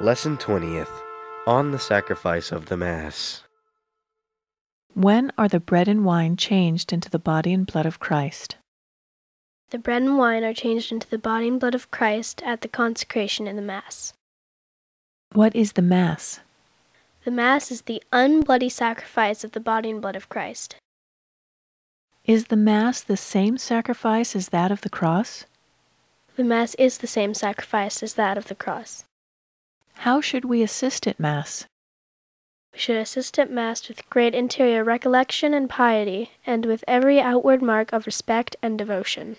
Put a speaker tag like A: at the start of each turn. A: Lesson 20th On the Sacrifice of the Mass.
B: When are the bread and wine changed into the body and blood of Christ?
C: The bread and wine are changed into the body and blood of Christ at the consecration in the Mass.
B: What is the Mass?
C: The Mass is the unbloody sacrifice of the body and blood of Christ.
B: Is the Mass the same sacrifice as that of the cross?
C: The Mass is the same sacrifice as that of the cross.
B: How should we assist at Mass?
C: We should assist at Mass with great interior recollection and piety, and with every outward mark of respect and devotion.